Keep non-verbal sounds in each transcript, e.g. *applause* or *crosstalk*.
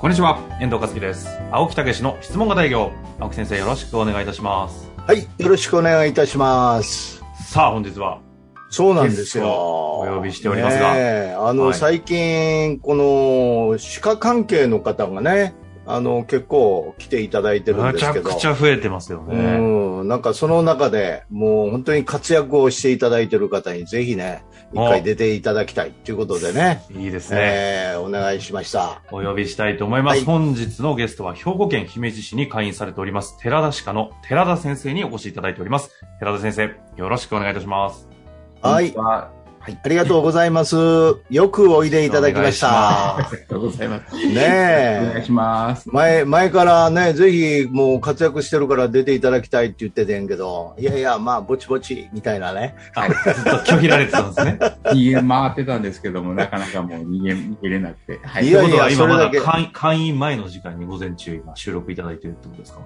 こんにちは、遠藤和樹です。青木武の質問型営業。青木先生、よろしくお願いいたします。はい、よろしくお願いいたします。さあ、本日は、そうなんですよ。お呼びしておりますがねえあの、はい最近、この、歯科関係の方がね、あの、結構来ていただいてるんめでちすゃけど。くちゃ増えてますよね。うん、なんかその中でもう本当に活躍をしていただいてる方にぜひね、一回出ていただきたいということでね、いいですね。えーお願いしました。お呼びしたいと思います。はい本日のゲストは、兵庫県姫路市に会員されております、寺田歯科の寺田先生にお越しいただいております。寺田先生、よろしくお願いいたします。はこいんにち、は。ありがとうございます。よくおいでいただきました。ありがとうございます。お願いねえ。します。前、前からね、ぜひ、もう活躍してるから出ていただきたいって言っててんけど、いやいや、まあ、ぼちぼち、みたいなね。あ、ずっと拒否られてたんです *laughs* ね。逃げ回ってたんですけども、なかなかもう逃げ、逃げれなくて。はいい。やということは、今まだそれだけ会員会員前の時間に午前中、今収録いただいてるってことですか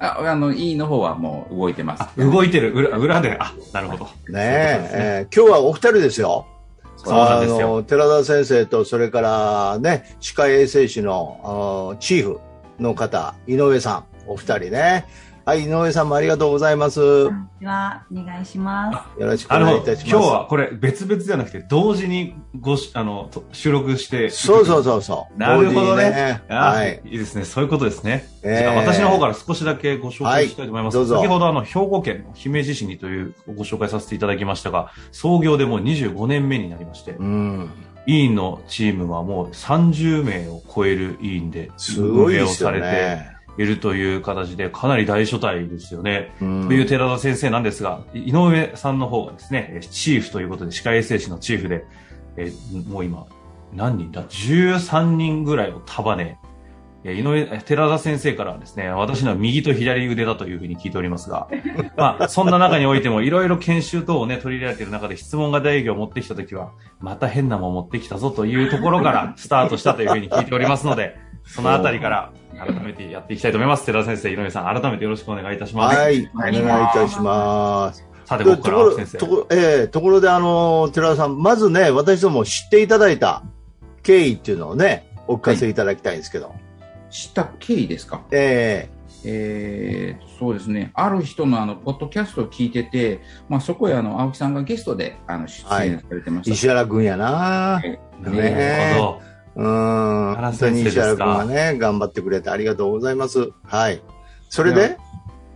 あ、あの、E の方はもう動いてます。動いてる、裏裏で、あ、なるほど。ねええー今日はお二人ですよ。そうなんですよ。あの、寺田先生と、それからね、歯科衛生士のあーチーフの方、井上さん、お二人ね。はい、井上さんもありがとうございます。よではお願いします。ろしくおあ願いいの、たしま今す。日はこれ別々じゃなくて、同時にごし、あの、と収録して。そうそうう。そうそう。なるほどね同時にあはい。いいですね。そういうことですね。えーじゃあ私の方から少しだけご紹介したいと思います。はいどうぞ先ほどあの、兵庫県の姫路市にというご紹介させていただきましたが、創業でもう25年目になりましてう、ん。委員のチームはもう30名を超える委員で、すごいですよ運営をさね。れているという形で、かなり大所帯ですよね。うんという寺田先生なんですが、井上さんの方がですね、えーチーフということで、歯科衛生士のチーフで、えーもう今、何人だ ?13 人ぐらいを束ね、えー井上、えー寺田先生からはですね、私のは右と左腕だというふうに聞いております *laughs* が、まあ、そんな中においても、いろいろ研修等をね、取り入れられている中で、質問型営業を持ってきたときは、また変なもん持ってきたぞというところからスタートしたというふうに聞いておりますので、そのあたりから改めてやっていきたいと思います。寺田先生、井上さん、改めてよろしくお願いいたします。はい、おお願願いいいしたします。さて、とここかとらこ青ろ木先生。ところええところで、あの、寺田さん、まずね、私ども知っていただいた経緯っていうのをね、お聞かせいただきたいんですけど。知った経緯ですかええーそうですね、ある人のあのポッドキャストを聞いてて、まあ、そこへあの青木さんがゲストであの出演されてまえし石原君やなた。。はいねなるほど。うん、本当に石原君がね、頑張ってくれてありがとうございます。はい。それで、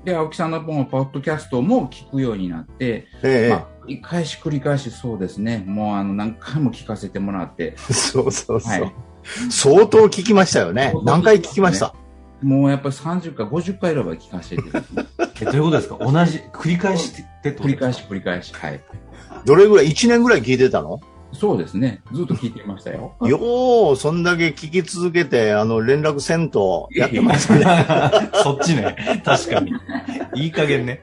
で、青木さんのポッドキャストも聞くようになって、ええまあ、繰り返し繰り返しそうですね、もうあの何回も聞かせてもらって、 *laughs* そうそうそう、はい相当聞きましたよね。何回聞きました、もうやっぱり30か50回ぐらいは聞かせて、え、どういうことですか同じ、繰り返してってことで繰りすか返し繰り返し、はい。どれぐらい ?1 年ぐらい聞いてたのそうですね、ずっと聞いてましたよ。よう、そんだけ聞き続けて、あの、連絡せんと、やってますね。 *laughs* そっちね。確かに。いい加減ね。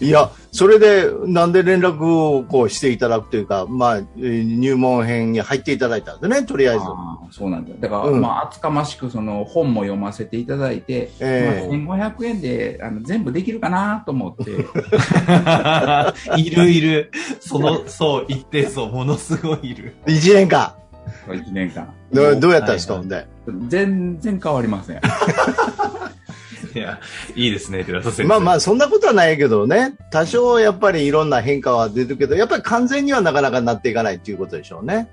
いや、それで、なんで連絡をこうしていただくというか、まあ、えー入門編に入っていただいたんですね、とりあえず。ああそうなんだ。だから、うんまあ、厚かましくその本も読ませていただいて、ええまあ、1500円であの全部できるかなと思 *laughs* って、いるいる。その、そう、一定層、ものすごいいる。 1年間。 1年間。どもどうやったんですか、はいほんで。全然変わりません。いや、いいですね、寺田先生。まあまあ、そんなことはないけどね、多少やっぱりいろんな変化は出るけど、やっぱり完全にはなかなかなっていかないということでしょうね。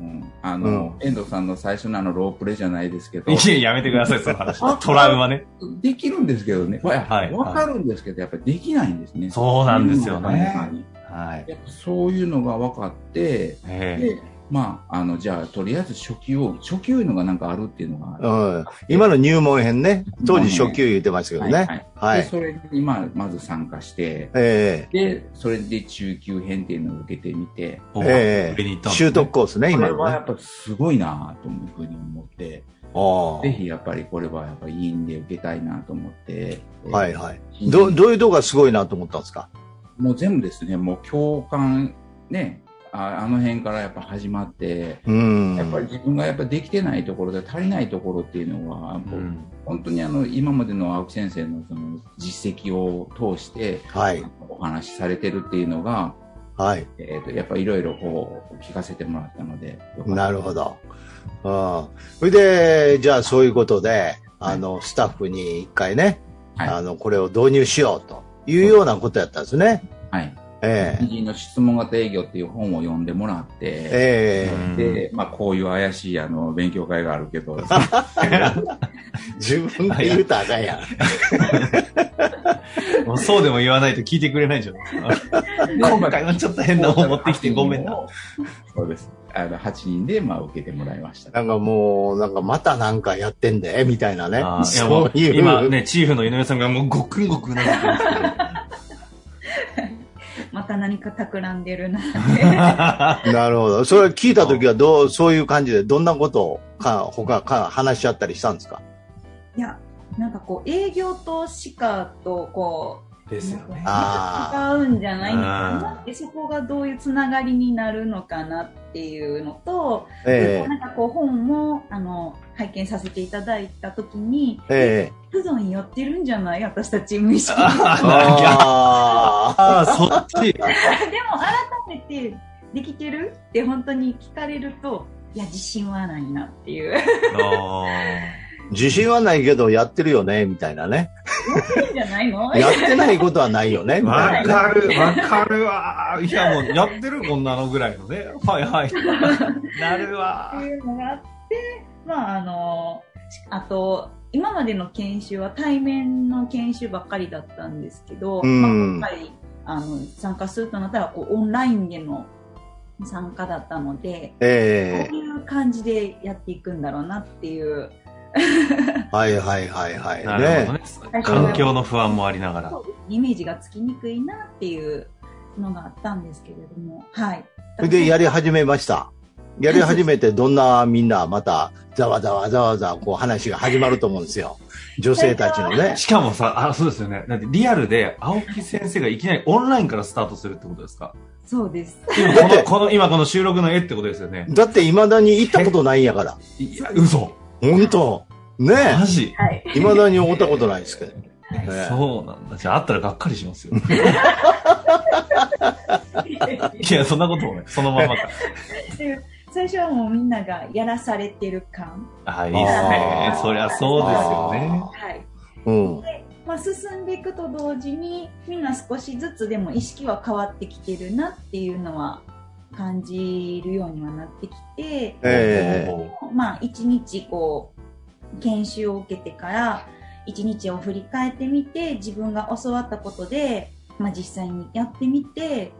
うん、あの、遠藤さんの最初のあのロープレじゃないですけど、いや、やめてください、その話。トラウマね。できるんですけどね、わ、はいわかるんですけど、やっぱりできないんですね。そうなんですよなかなかね。にはい。やっぱそういうのが分かって、えでまあ、あの、じゃあ、とりあえず初級を、初級いうのがなんかあるっていうのがあうる。ん。今の入門編ね。当時初級言ってましたけどはいね。は。はいいで、それに、まあ、まず参加して、えで、それで中級編っていうのを受けてみて、おええ上に行っえたんですね習得コースね、こ今れのはやね。っぱすごいなというふうに思って、あぜひやっぱりこれはやっぱり委員で受けたいなと思って、あ。はいはい。いど、どういうとこがすごいなと思ったんですかもう全部ですね、もう共感、ね、ああの辺からやっぱ始まって、うん。やっぱり自分がやっぱできてないところで足りないところっていうのは、うもうん本当にあの今までの青木先生のその実績を通してはい。お話しされてるっていうのが、はい。えー、とやっぱりいろいろこう聞かせてもらったので、よかったなるほど。うん。それで、じゃあそういうことで、あの、スタッフに一回ね、はいあの、これを導入しようというようなことやったんですね。はい。え人の質問型営業っていう本を読んでもらって、ええうんで、まあ、こういう怪しいあの勉強会がある *laughs* けど、え自分で言うたらあかんやん。もうそうでも言わないと聞いてくれないじゃないですか。 *laughs* 今回はちょっと変なもん持ってきてごめんな。。 *laughs* そうです。あの8人で、まあ、受けてもらいました。なんかもう、なんかまたなんかやってんで、みたいなねあ。ーいやもそうういう。今ね、チーフの井上さんがもうごくんごくんなってますけど。また何か企んでるな。なるほど。それ聞いたときはどう、そういう感じで、どんなことをか、他か話し合ったりしたんですかいや、なんかこう営業と歯科とこう。です *laughs* よね。あ違うんじゃないのかなでそこがどういうつながりになるのかなっていうのと、あ。えなんかこう本もあの拝見させていただいた時にえええ普段やってるんじゃない私たち無意 *laughs* 識にああ。ああ、そっち。でも改めてできてるって本当に聞かれるといや自信はないなっていうい *laughs* あ自信はないけど、やってるよね、みたいなね。いんじゃないのやってないことはないよね、ーみたわいなね。かる、わかるわー。いや、もうやってる、こんなのぐらいのね。はいはい。なるわってー。いうのがあって、まあ、あのしあと今までの研修は対面の研修ばっかりだったんですけど、うんまあ、今回あの参加するとなったらこうオンラインでの参加だったので、えこういう感じでやっていくんだろうなっていうえはいはいはいはい。なるほね。どね。環境の不安もありながら。イメージがつきにくいなっていうのがあったんですけれども、はい、それでやり始めました。やり始めて、どんなみんな、また、ざわざわざわざわ、こう話が始まると思うんですよ。女性たちの *laughs* ね。しかもさ、あ、そうですよね。だってリアルで、青木先生がいきなりオンラインからスタートするってことですかそうです。今だっこての、この、今この収録の絵ってことですよね。だって、未だに行ったことないんやから。いや、嘘。本当ねマジ。はい、え。未だに思ったことないですけど。ねそうなんだ。じゃあ、あったらがっかりし *laughs* ますよ。いや、そんなこともない。そのままか。 *laughs* で最初はもうみんながやらされてる感あ、いいっすあねー。そりゃそうですよね。はいうん。まあ、進んでいくと同時にみんな少しずつでも意識は変わってきてるなっていうのは感じるようにはなってきて、えまあ、1日こう研修を受けてから1日を振り返ってみて自分が教わったことで、まあ、実際にやってみて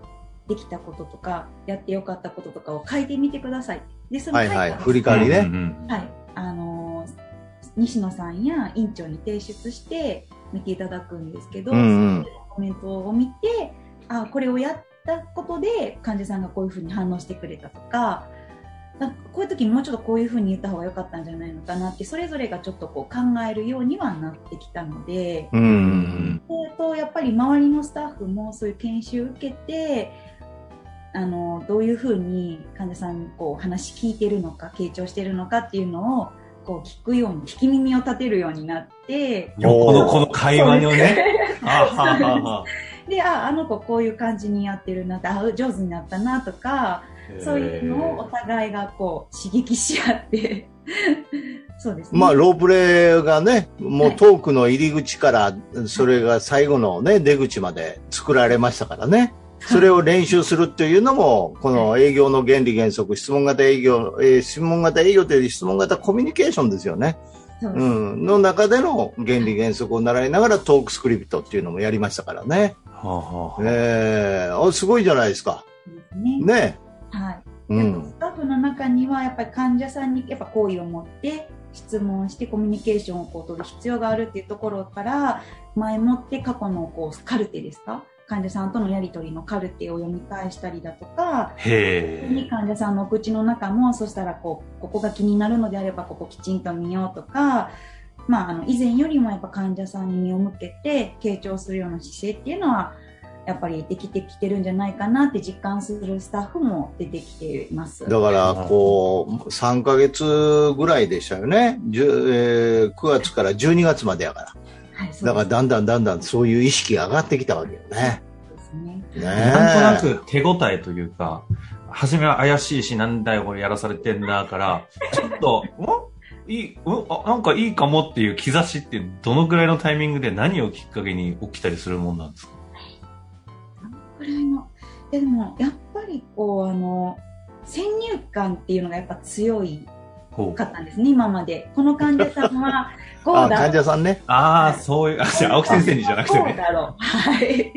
できたこととかやってよかったこととかを書いてみてください。でそえのはい書たはい。の振り返りね。はい、あのー西野さんや院長に提出して見ていただくんですけど、うんうんコメントを見てあこれをやったことで患者さんがこういうふうに反応してくれたとかなんかこういう時にもうちょっとこういうふうに言った方が良かったんじゃないのかなってそれぞれがちょっとこう考えるようにはなってきたので。う。うんん。えーとやっぱり周りのスタッフもそういう研修受けてあのどういうふうに患者さんにこう話聞いてるのか傾聴してるのかっていうのをこう聞くように聞き耳を立てるようになってよっぽどこの会話のね。あははは。でああの子こういう感じにやってるなってあ上手になったなとかそういうのをお互いがこう刺激し合って *laughs* そうですね。まあ、ロープレイがね、もうトークの入り口から、それが最後のね、出口まで作られましたからね。それを練習するっていうのも、この営業の原理原則、質問型営業、えー質問型営業というより質問型コミュニケーションですよね。そうですうん。の中での原理原則を習いながらトークスクリプトっていうのもやりましたからね。ははは。えー、あすごいじゃないですか。ねね。はい、うん。スタッフの中にはやっぱり患者さんにやっぱ好意を持って質問してコミュニケーションをこう取る必要があるっていうところから前もって過去のこうカルテですか患者さんとのやり取りのカルテを読み返したりだとかへにえ。患者さんのお *laughs* 口の中もそしたらこうここが気になるのであればここきちんと見ようとか、まあ、あの以前よりもやっぱ患者さんに身を向けて傾聴するような姿勢っていうのはやっぱりできてきてるんじゃないかなって実感するスタッフも出てきています。だから、こう、3ヶ月ぐらいでしたよね。じゅえー9月から12月までやから。はい、そだうから、でだんだんだんだんそういう意識が上がってきたわけよね。すね。ねえなんとなく手応えというか、初めは怪しいし、なんだよ、これやらされてんだから、ちょっと、んいい、うんあ、なんかいいかもっていう兆しって、どのくらいのタイミングで何をきっかけに起きたりするもんなんですかくらいのいやでもやっぱりこうあの先入観っていうのがやっぱ強いほうかったんですね今までこの患者さん *laughs* はこうあ、だ患者さんね。ああ、そういう、あ、じゃあ青木先生にじゃなくてこうね。だろう。はい。っ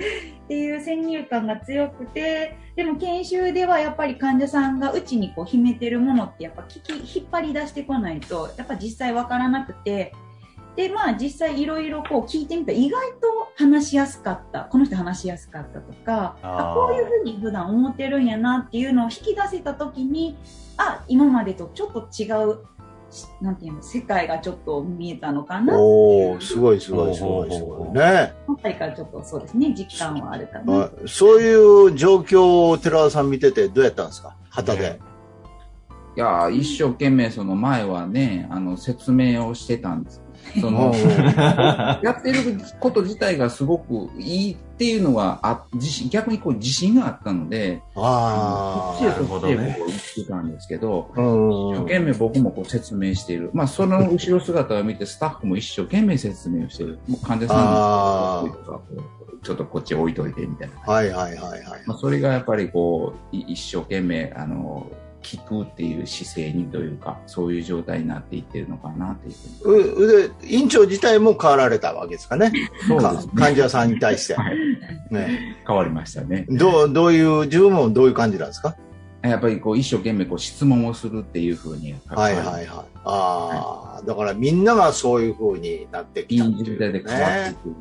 ていう先入観が強くて、でも研修ではやっぱり患者さんがうちにこう秘めてるものってやっぱ聞き、引っ張り出してこないと、やっぱ実際わからなくて、で、まあ実際いろいろこう聞いてみたら意外と話しやすかった。この人話しやすかったとか、ああーこういうふうに普段思ってるんやなっていうのを引き出せた時に、あ、今までとちょっと違う、しなんていうの、世界がちょっと見えたのかなおおすごいすごいすごいすごいね。今回からちょっとそうですね、実感はあるかな。あそういう状況を寺田さん見ててどうやったんですか旗で。いやー一生懸命その前はねあの説明をしてた *laughs* んですそのやってること自体がすごくいいっていうのはあ自信逆にこう自信があったのであそっちへあ。そっちなへるほどね僕は行ってたんですけどうん一生懸命僕もこう説明している、まあ、その後ろ姿を見てスタッフも一生懸命説明をしているもう患者さんにちょっとこっち置いといてみたいな、はいはいはいはい。まあ、それがやっぱりこうい一生懸命あの聞くっていう姿勢にというかそういう状態になっていってるのかなっていうふうにうで院長自体も変わられたわけですかね、そうですか患者さんに対して、はいね、変わりましたね。どうどういう、自分もどういう感じなんですか、やっぱりこう一生懸命こう質問をするっていうふうに、はいはいはい、ああだからみんながそういうふうになってきたって臨い時うで変わっていね、く。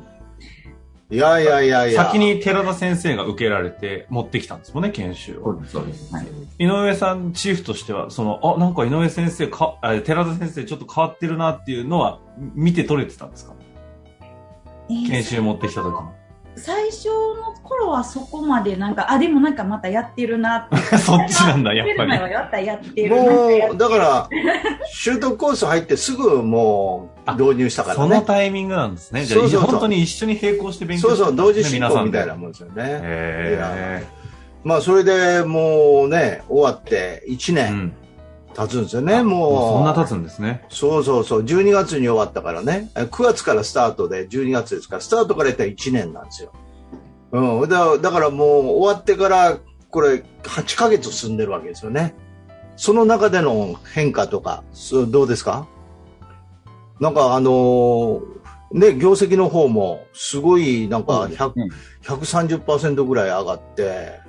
いやいやいやいや、先に寺田先生が受けられて持ってきたんですもんね、研修そを。うです、そうです。はい。井上さん、チーフとしては、その、あ、なんか井上先生か、あ寺田先生ちょっと変わってるなっていうのは、見て取れてたんですかえー研修持ってきた時に。最初の頃はそこまでなんか、あ、でもなんかまたやってるな *laughs* って。 *laughs* そっちなんだ、やっぱやり。やったやってるなってやもうだから、習得コース入ってすぐもう導入したかそらのね、タイミングなんですね。じゃあ、そうそうそう本当に一緒に並行して勉そ強うしてそたんう、ですね同時進行みた皆いなさんでもんですよね、へまあ、それでもうね、終わって1え。う年ん。経つんですよね、もう。そんな経つんですね。そうそうそう、12月に終わったからね、え9月からスタートで、12月ですから、スタートからやったら1年なんですよ。うん、だだからもう終わってから、これ、8ヶ月進んでるわけですよね。その中での変化とか、そうどうですかなんかあのーね、業績の方も、すごい、なんか100、うん130%ぐらい上がって、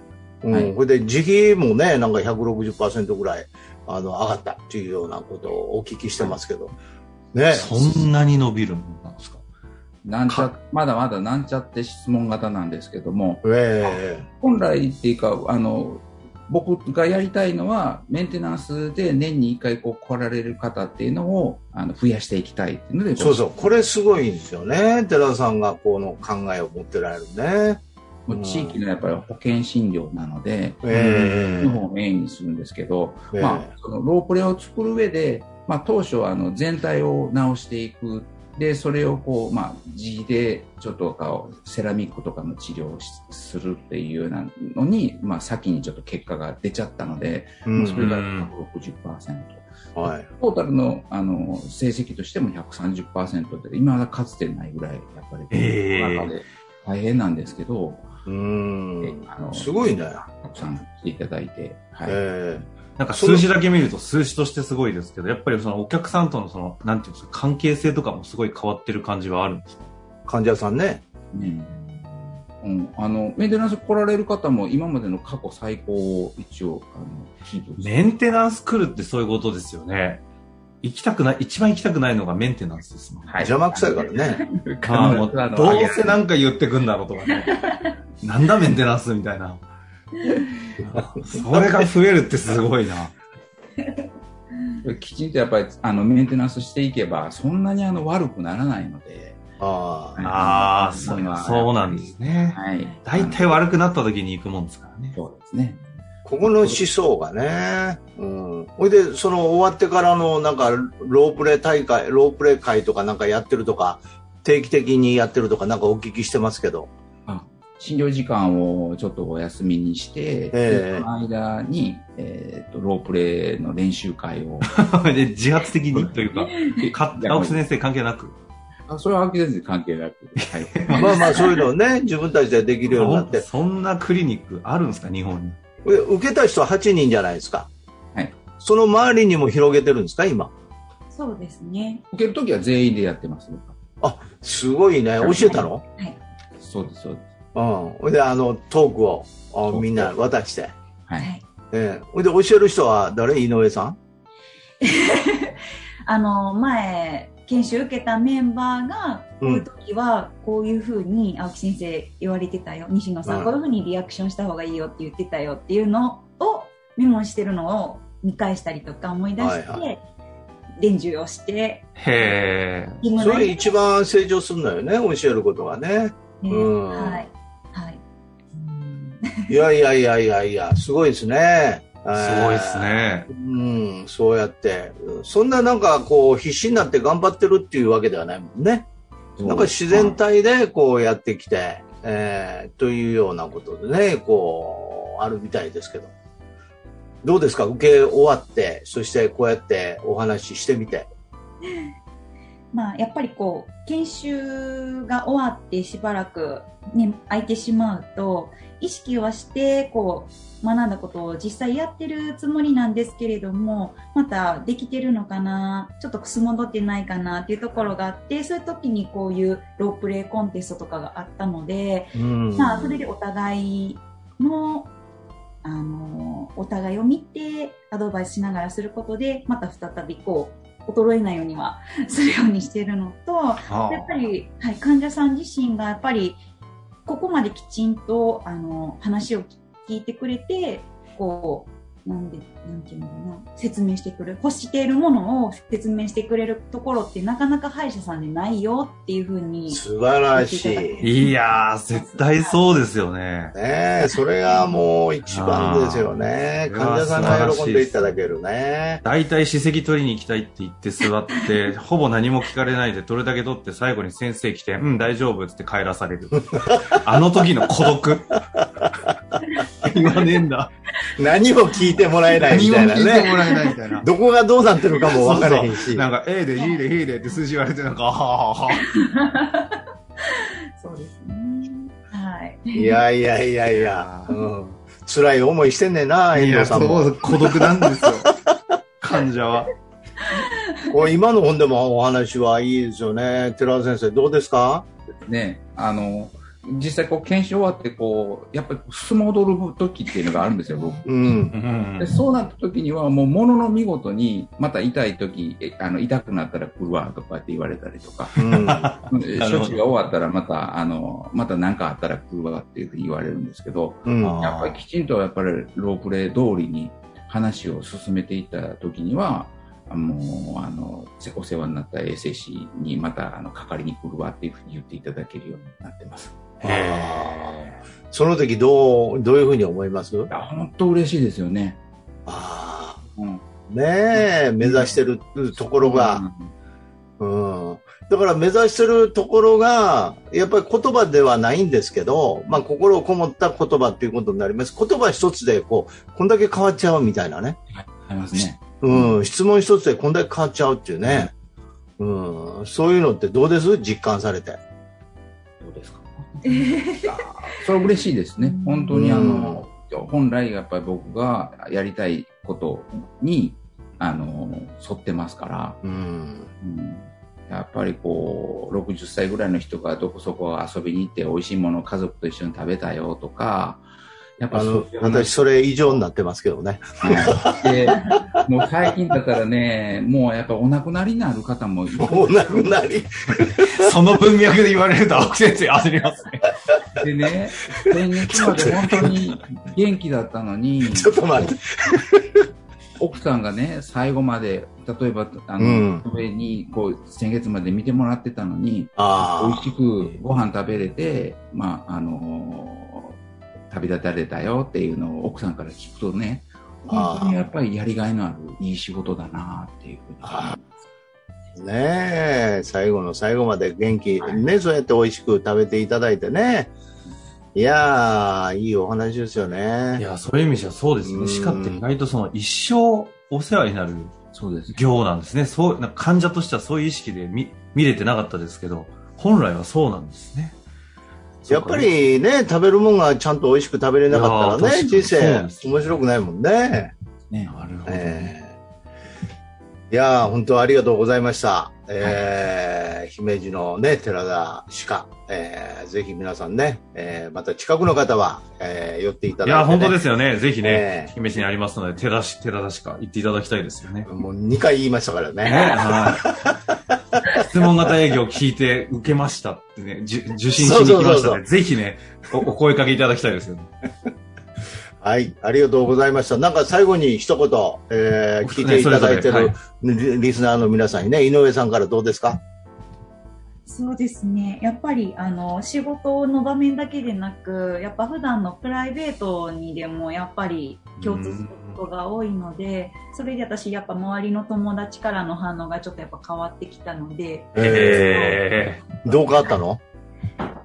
うん、はいこれで時費もね、なんか160%ぐらい、あの、上がったっていうようなことをお聞きしてますけど、ね、そんなに伸びるもんなんですかなんちゃ、まだまだなんちゃって質問型なんですけども、ええ本来っていうか、あの、僕がやりたいのは、メンテナンスで年に1回こう来られる方っていうのをあの増やしていきたいっていうので、そうそう、これすごいんですよね。寺田さんがこの考えを持ってられるね。もう地域のやっぱり保険診療なので、え日本をメインにするんですけど、えまえあ、そのロープレを作る上で、まあ、当初はあの全体を直していく。で、それをこう、まあ、地で、ちょっとこうセラミックとかの治療をしするっていうようなのに、まあ、先にちょっと結果が出ちゃったので、えうもんうそれがうん160%。はい。トータルの、あの、成績としても130%で、今はかつてないぐらい、やっぱり、ええ中で大変なんですけど、うん。あのすごいね。たくさん来ていただいて、はい。えなんか数字だけ見ると数字としてすごいですけど、やっぱりそのお客さんとのその、なんていうんですか、関係性とかもすごい変わってる感じはあるんですかえ患者さんね。ねうん、あのメンテナンス来られる方も今までの過去最高を一応あのキープしてメンテナンス来るってそういうことですよね。行きたくない、一番行きたくないのがメンテナンスですもん。はい邪魔くさいからね。ああ必もずあうのど上げうられせるなんか言ってくんだろうとかね。なんだメンテナンスみたいな。それが増えるってすごいな。きちんとやっぱりあのメンテナンスしていけばそんなにあの悪くならないので、ああ。ああ、そそううなんそうなんですね。はい、大体悪くなった時に行くもんですからね。そうですねここの思想がね。うん。ほいで、その終わってからの、なんか、ロープレイ大会、ロープレイ会とかなんかやってるとか、定期的にやってるとかなんかお聞きしてますけど。あ診療時間をちょっとお休みにして、ええその間に、えー、とロープレイの練習 *laughs* 会をで自発的にというか、かいや青木先生関係なく。あそれは秋先生関係なく、はい、まあまあ、そういうのをね、自分たちでできるようになって。そんなクリニックあるんですか、日本に。ほいで受けた人は8人じゃないですか。はい。その周りにも広げてるんですか、今。そうですね。受けるときは全員でやってますねすごいね。教えたのそうですそうですうん。ほいで、あの、トークをあークみんな渡して。ははいい *laughs* ええほいで、教える人は誰井上さんあの前研修受けたメンバーがこううんいう時はこういうふうに青木先生言われてたよ西野さん、うんこういうふうにリアクションした方がいいよって言ってたよっていうのをメモしてるのを見返したりとか思い出して、はい練習をしてへえ。自分そのれ一番成長するのよね、教えることがね。ねうんはいはいいやいやいやいやいや、すごいですね。すすごいです。ね。うん、そうやって。そんななんかこう、必死になって頑張ってるっていうわけではないもんね。なんか自然体でこうやってきて、えーというようなことでね、こう、あるみたいですけど。どうですか受け終わって、そしてこうやってお話ししてみて。まあ、やっぱりこう研修が終わってしばらく、ね、空いてしまうと意識はしてこう学んだことを実際やってるつもりなんですけれどもまたできてるのかなちょっとくすもどってないかなっていうところがあってそういう時にこういうロープレイコンテストとかがあったので、うんまあ、それでお互いのあのお互いを見てアドバイスしながらすることでまた再びこう衰えないようにはするようにしてるのとやあっぱり、はい、患者さん自身がやっぱりここまできちんとあの話を聞いてくれてこうなんでなんていうのかな説明してくれる欲しているものを説明してくれるところってなかなか歯医者さんでないよっていうふうに素晴らしい。あいやー、絶対そうですよね。ねえ、それがもう一番ですよね。あー患者さんが喜んでいただけるね。大体、歯石取りに行きたいって言って座って、ほぼ何も聞かれないで、どれだけ取って最後に先生来て、うん、大丈夫っつって帰らされる。あの時の孤独。言わねえんだ。何も聞いてもらえない何みもた聞いいなてね。もらえないみ *laughs* たいな。どこがどうなってるかもわからへんそうそうし。なんか、A で、E で、E でって数字言われて、なんか、あははは。そうですね。はい。いやいやいやいや。うん辛い思いしてんねんな、い遠や、藤さんも。そう、孤独なんですよ。患者は。こう今の本でもお話はいいですよね。寺田先生、どうですかね、あの、実際こう研修終わってこう、やっぱり相撲踊る時っていうのがあるんですよ、僕。うん。でそうなった時にはもうものの見事にまた痛い時えあの痛くなったら来るわとかって言われたり *laughs* とかうん。処るほど置が終わったらまたあのまた何かあったら来るわっていうふうに言われるんですけど *laughs* うん。やっぱりきちんとやっぱりロープレイ通りに話を進めていった時にはあもうあのせお世話になった衛生士にまたあのかかりに来るわっていうふうに言っていただけるようになってます。へその時どう、どういうふうに思いますいや、本当嬉しいですよね。あうんあ。ねえ、目指してるところが。うんだから目指してるところが、やっぱり言葉ではないんですけど、まあ心をこもった言葉っていうことになります。言葉一つでこう、こんだけ変わっちゃうみたいなね。ありますね。うん、質問一つでこんだけ変わっちゃうっていうね。うん、そういうのってどうです実感されて。どう *laughs* ですか。それは嬉しいですね。本当にあの、本来やっぱり僕がやりたいことに、あの、沿ってますから、うん。うんやっぱりこう60歳ぐらいの人がどこそこ遊びに行って美味しいものを家族と一緒に食べたよとかやっぱあそうのいう、話私、それ以上になってますけどね。で、もう最近だったらね、もうやっぱお亡くなりになる方もいるお亡くなり。その文脈で言われると、青木先生焦りますね。でね、先月まで本当に元気だったのに、ちょっと待って。奥さんがね、最後まで、例えば、あの、うん上に、こう、先月まで見てもらってたのに、美味あしくご飯食べれて、まあ、あのー旅立たれたよっていうのを奥さんから聞くとね、本当にやっぱりやりがいのあるいい仕事だなっていうふうに。ああ。ねえ、最後の最後まで元気、ね、そうやって美味しく食べていただいてね。いやー、いいお話ですよね。いや、そういう意味じゃそうですうんね。歯科って意外とその一生お世話になるそうです。業なんですね。そう、なんか患者としてはそういう意識で見見れてなかったですけど、本来はそうなんですね。やっぱりね、食べるもんがちゃんと美味しく食べれなかったいらやー確ね、か人にそう生です面白くないもんね。ね。なるほどね。えーいやー、本当ありがとうございました。えー姫路のね、寺田鹿、えーぜひ皆さんね、えーまた近くの方は、えー寄っていただいいて、ね。や、本当ですよね。ぜひねえ、え姫路にありますので、手出し、手出しか行っていただきたいですよね。もう2回言いましたからねね。はい。質問型営業聞いて受けましたってね、じゅ受信しに来まそうしそうたそうね。ぜひね、おお声かけいただきたいですよ *laughs* ね。はい、ありがとうございました。なんか最後に一言、えー聞いていただいてそれぞるリリスナーの皆さんにね、井上さんからどうですかそうですね。やっぱりあの仕事の場面だけでなく、やっぱ普段のプライベートにでもやっぱり共通することが多いので、それで私やっぱ周りの友達からの反応がちょっとやっぱ変わってきたので、ええどう変わったの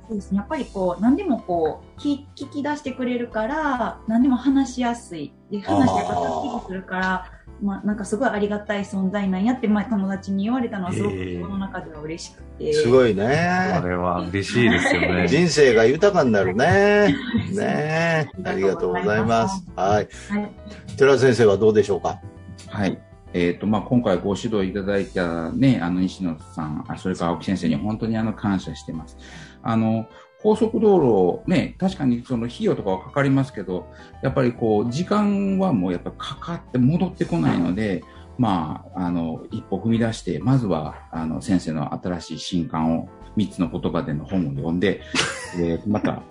そうですね。やっぱりこう何でもこう聞聞き出してくれるから、何でも話しやすい。で話しやっぱすっきりするから。まあ、なんかすごいありがたい存在なんやって前友達に言われたのはすごくへえこの中では嬉しくて、すごいこね。れは嬉しいですよね。人生が豊かになるね。ねえ。あありりががととううごござざいいまますす。はい。はい、寺先生はどうでしょうかはい。えっ、と、まあ、今回ご指導いただいたね、あの、西野さん、あそれから青木先生に本当にあの、感謝してます。あの、高速道路をね、確かにその費用とかはかかりますけど、やっぱりこう、時間はもうやっぱかかって戻ってこないので、まあ、あの、一歩踏み出して、まずは、あの、先生の新しい新刊を、三つの言葉での本を読んで、 *laughs* で、また、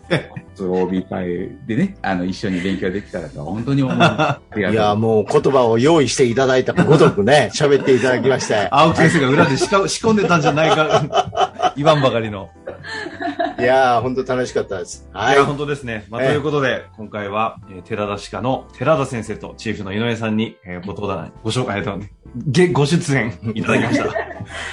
帯会でね、あの、一緒に勉強できたらと本当に思います。あいりがとうございますや、もう言葉を用意していただいたごと *laughs* くね、喋っていただきまして。青木先生が裏で仕掛仕込 *laughs* んでたんじゃないか、言わんばかりの。いやー、本当楽しかったです。はいいや、。本当ですね。まあ、ええということで、今回は、えー寺田歯科の寺田先生とチーフの井上さんに、えーご登壇、ご紹介、えっとげご出演いただきま *laughs* した。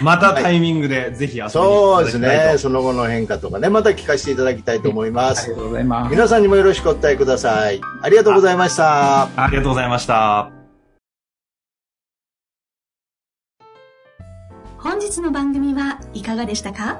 またタイミングで、ぜひ遊びに来ていたそうだきでたすいとね。その後の変化とかね、また聞かせていただきたいと思いまありす。がとうございます。皆さんにもよろしくお伝えください。ありがとうございました。ありがとうございました。本日の番組はいかがでしたか